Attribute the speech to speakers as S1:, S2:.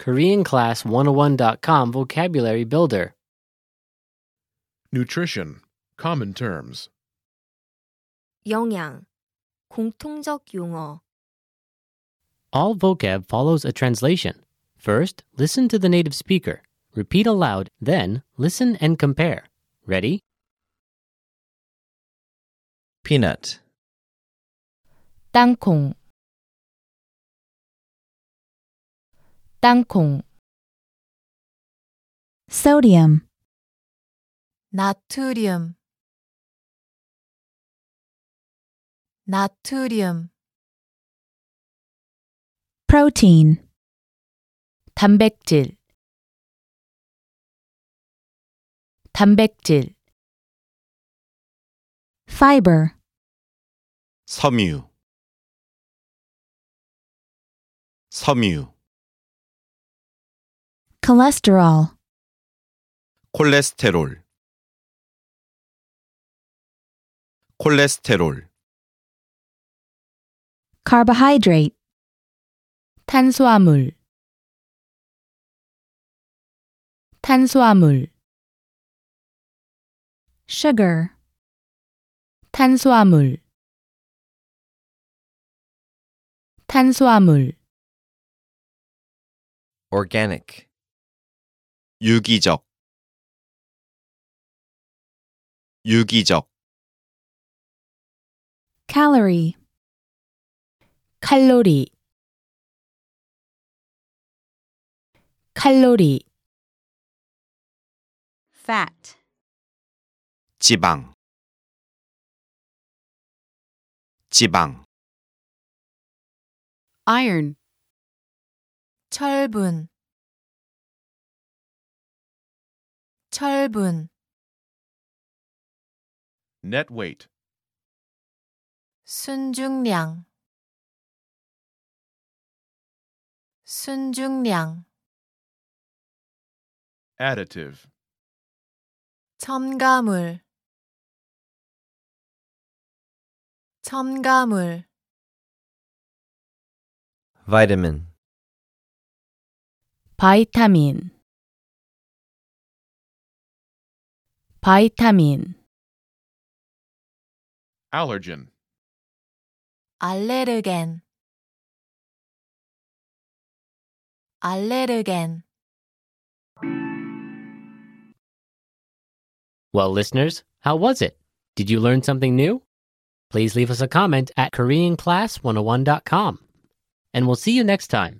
S1: KoreanClass101.com Vocabulary Builder.
S2: Nutrition. Common terms.
S3: 영양, 공통적 용어,
S1: All vocab follows a translation. First, listen to the native speaker. Repeat aloud, then, listen and compare. Ready?
S4: peanut,
S5: 땅콩 땅콩
S6: sodium,
S7: 나트륨 나트륨
S6: protein,
S5: 단백질 단백질
S6: fiber,
S8: 섬유 섬유
S6: cholesterol,
S8: 콜레스테롤 콜레스테롤
S6: carbohydrate,
S5: 탄수화물 탄수화물
S6: sugar,
S5: 탄수화물 탄수화물
S4: organic,
S8: 유기적 유기적
S6: calorie,
S5: 칼로리 칼로리
S9: fat,
S8: 지방 지방
S9: iron,
S7: 철분 철분
S2: Net weight.
S7: 순중량 순중량
S2: Additive.
S7: 첨가물 첨가물
S4: vitamin,
S5: 바이타민 바이타민
S2: Allergen.
S7: 알레르겐 알레르겐
S1: Well, listeners, how was it? Did you learn something new? oh Please leave us a comment at KoreanClass101.com. And we'll see you next time.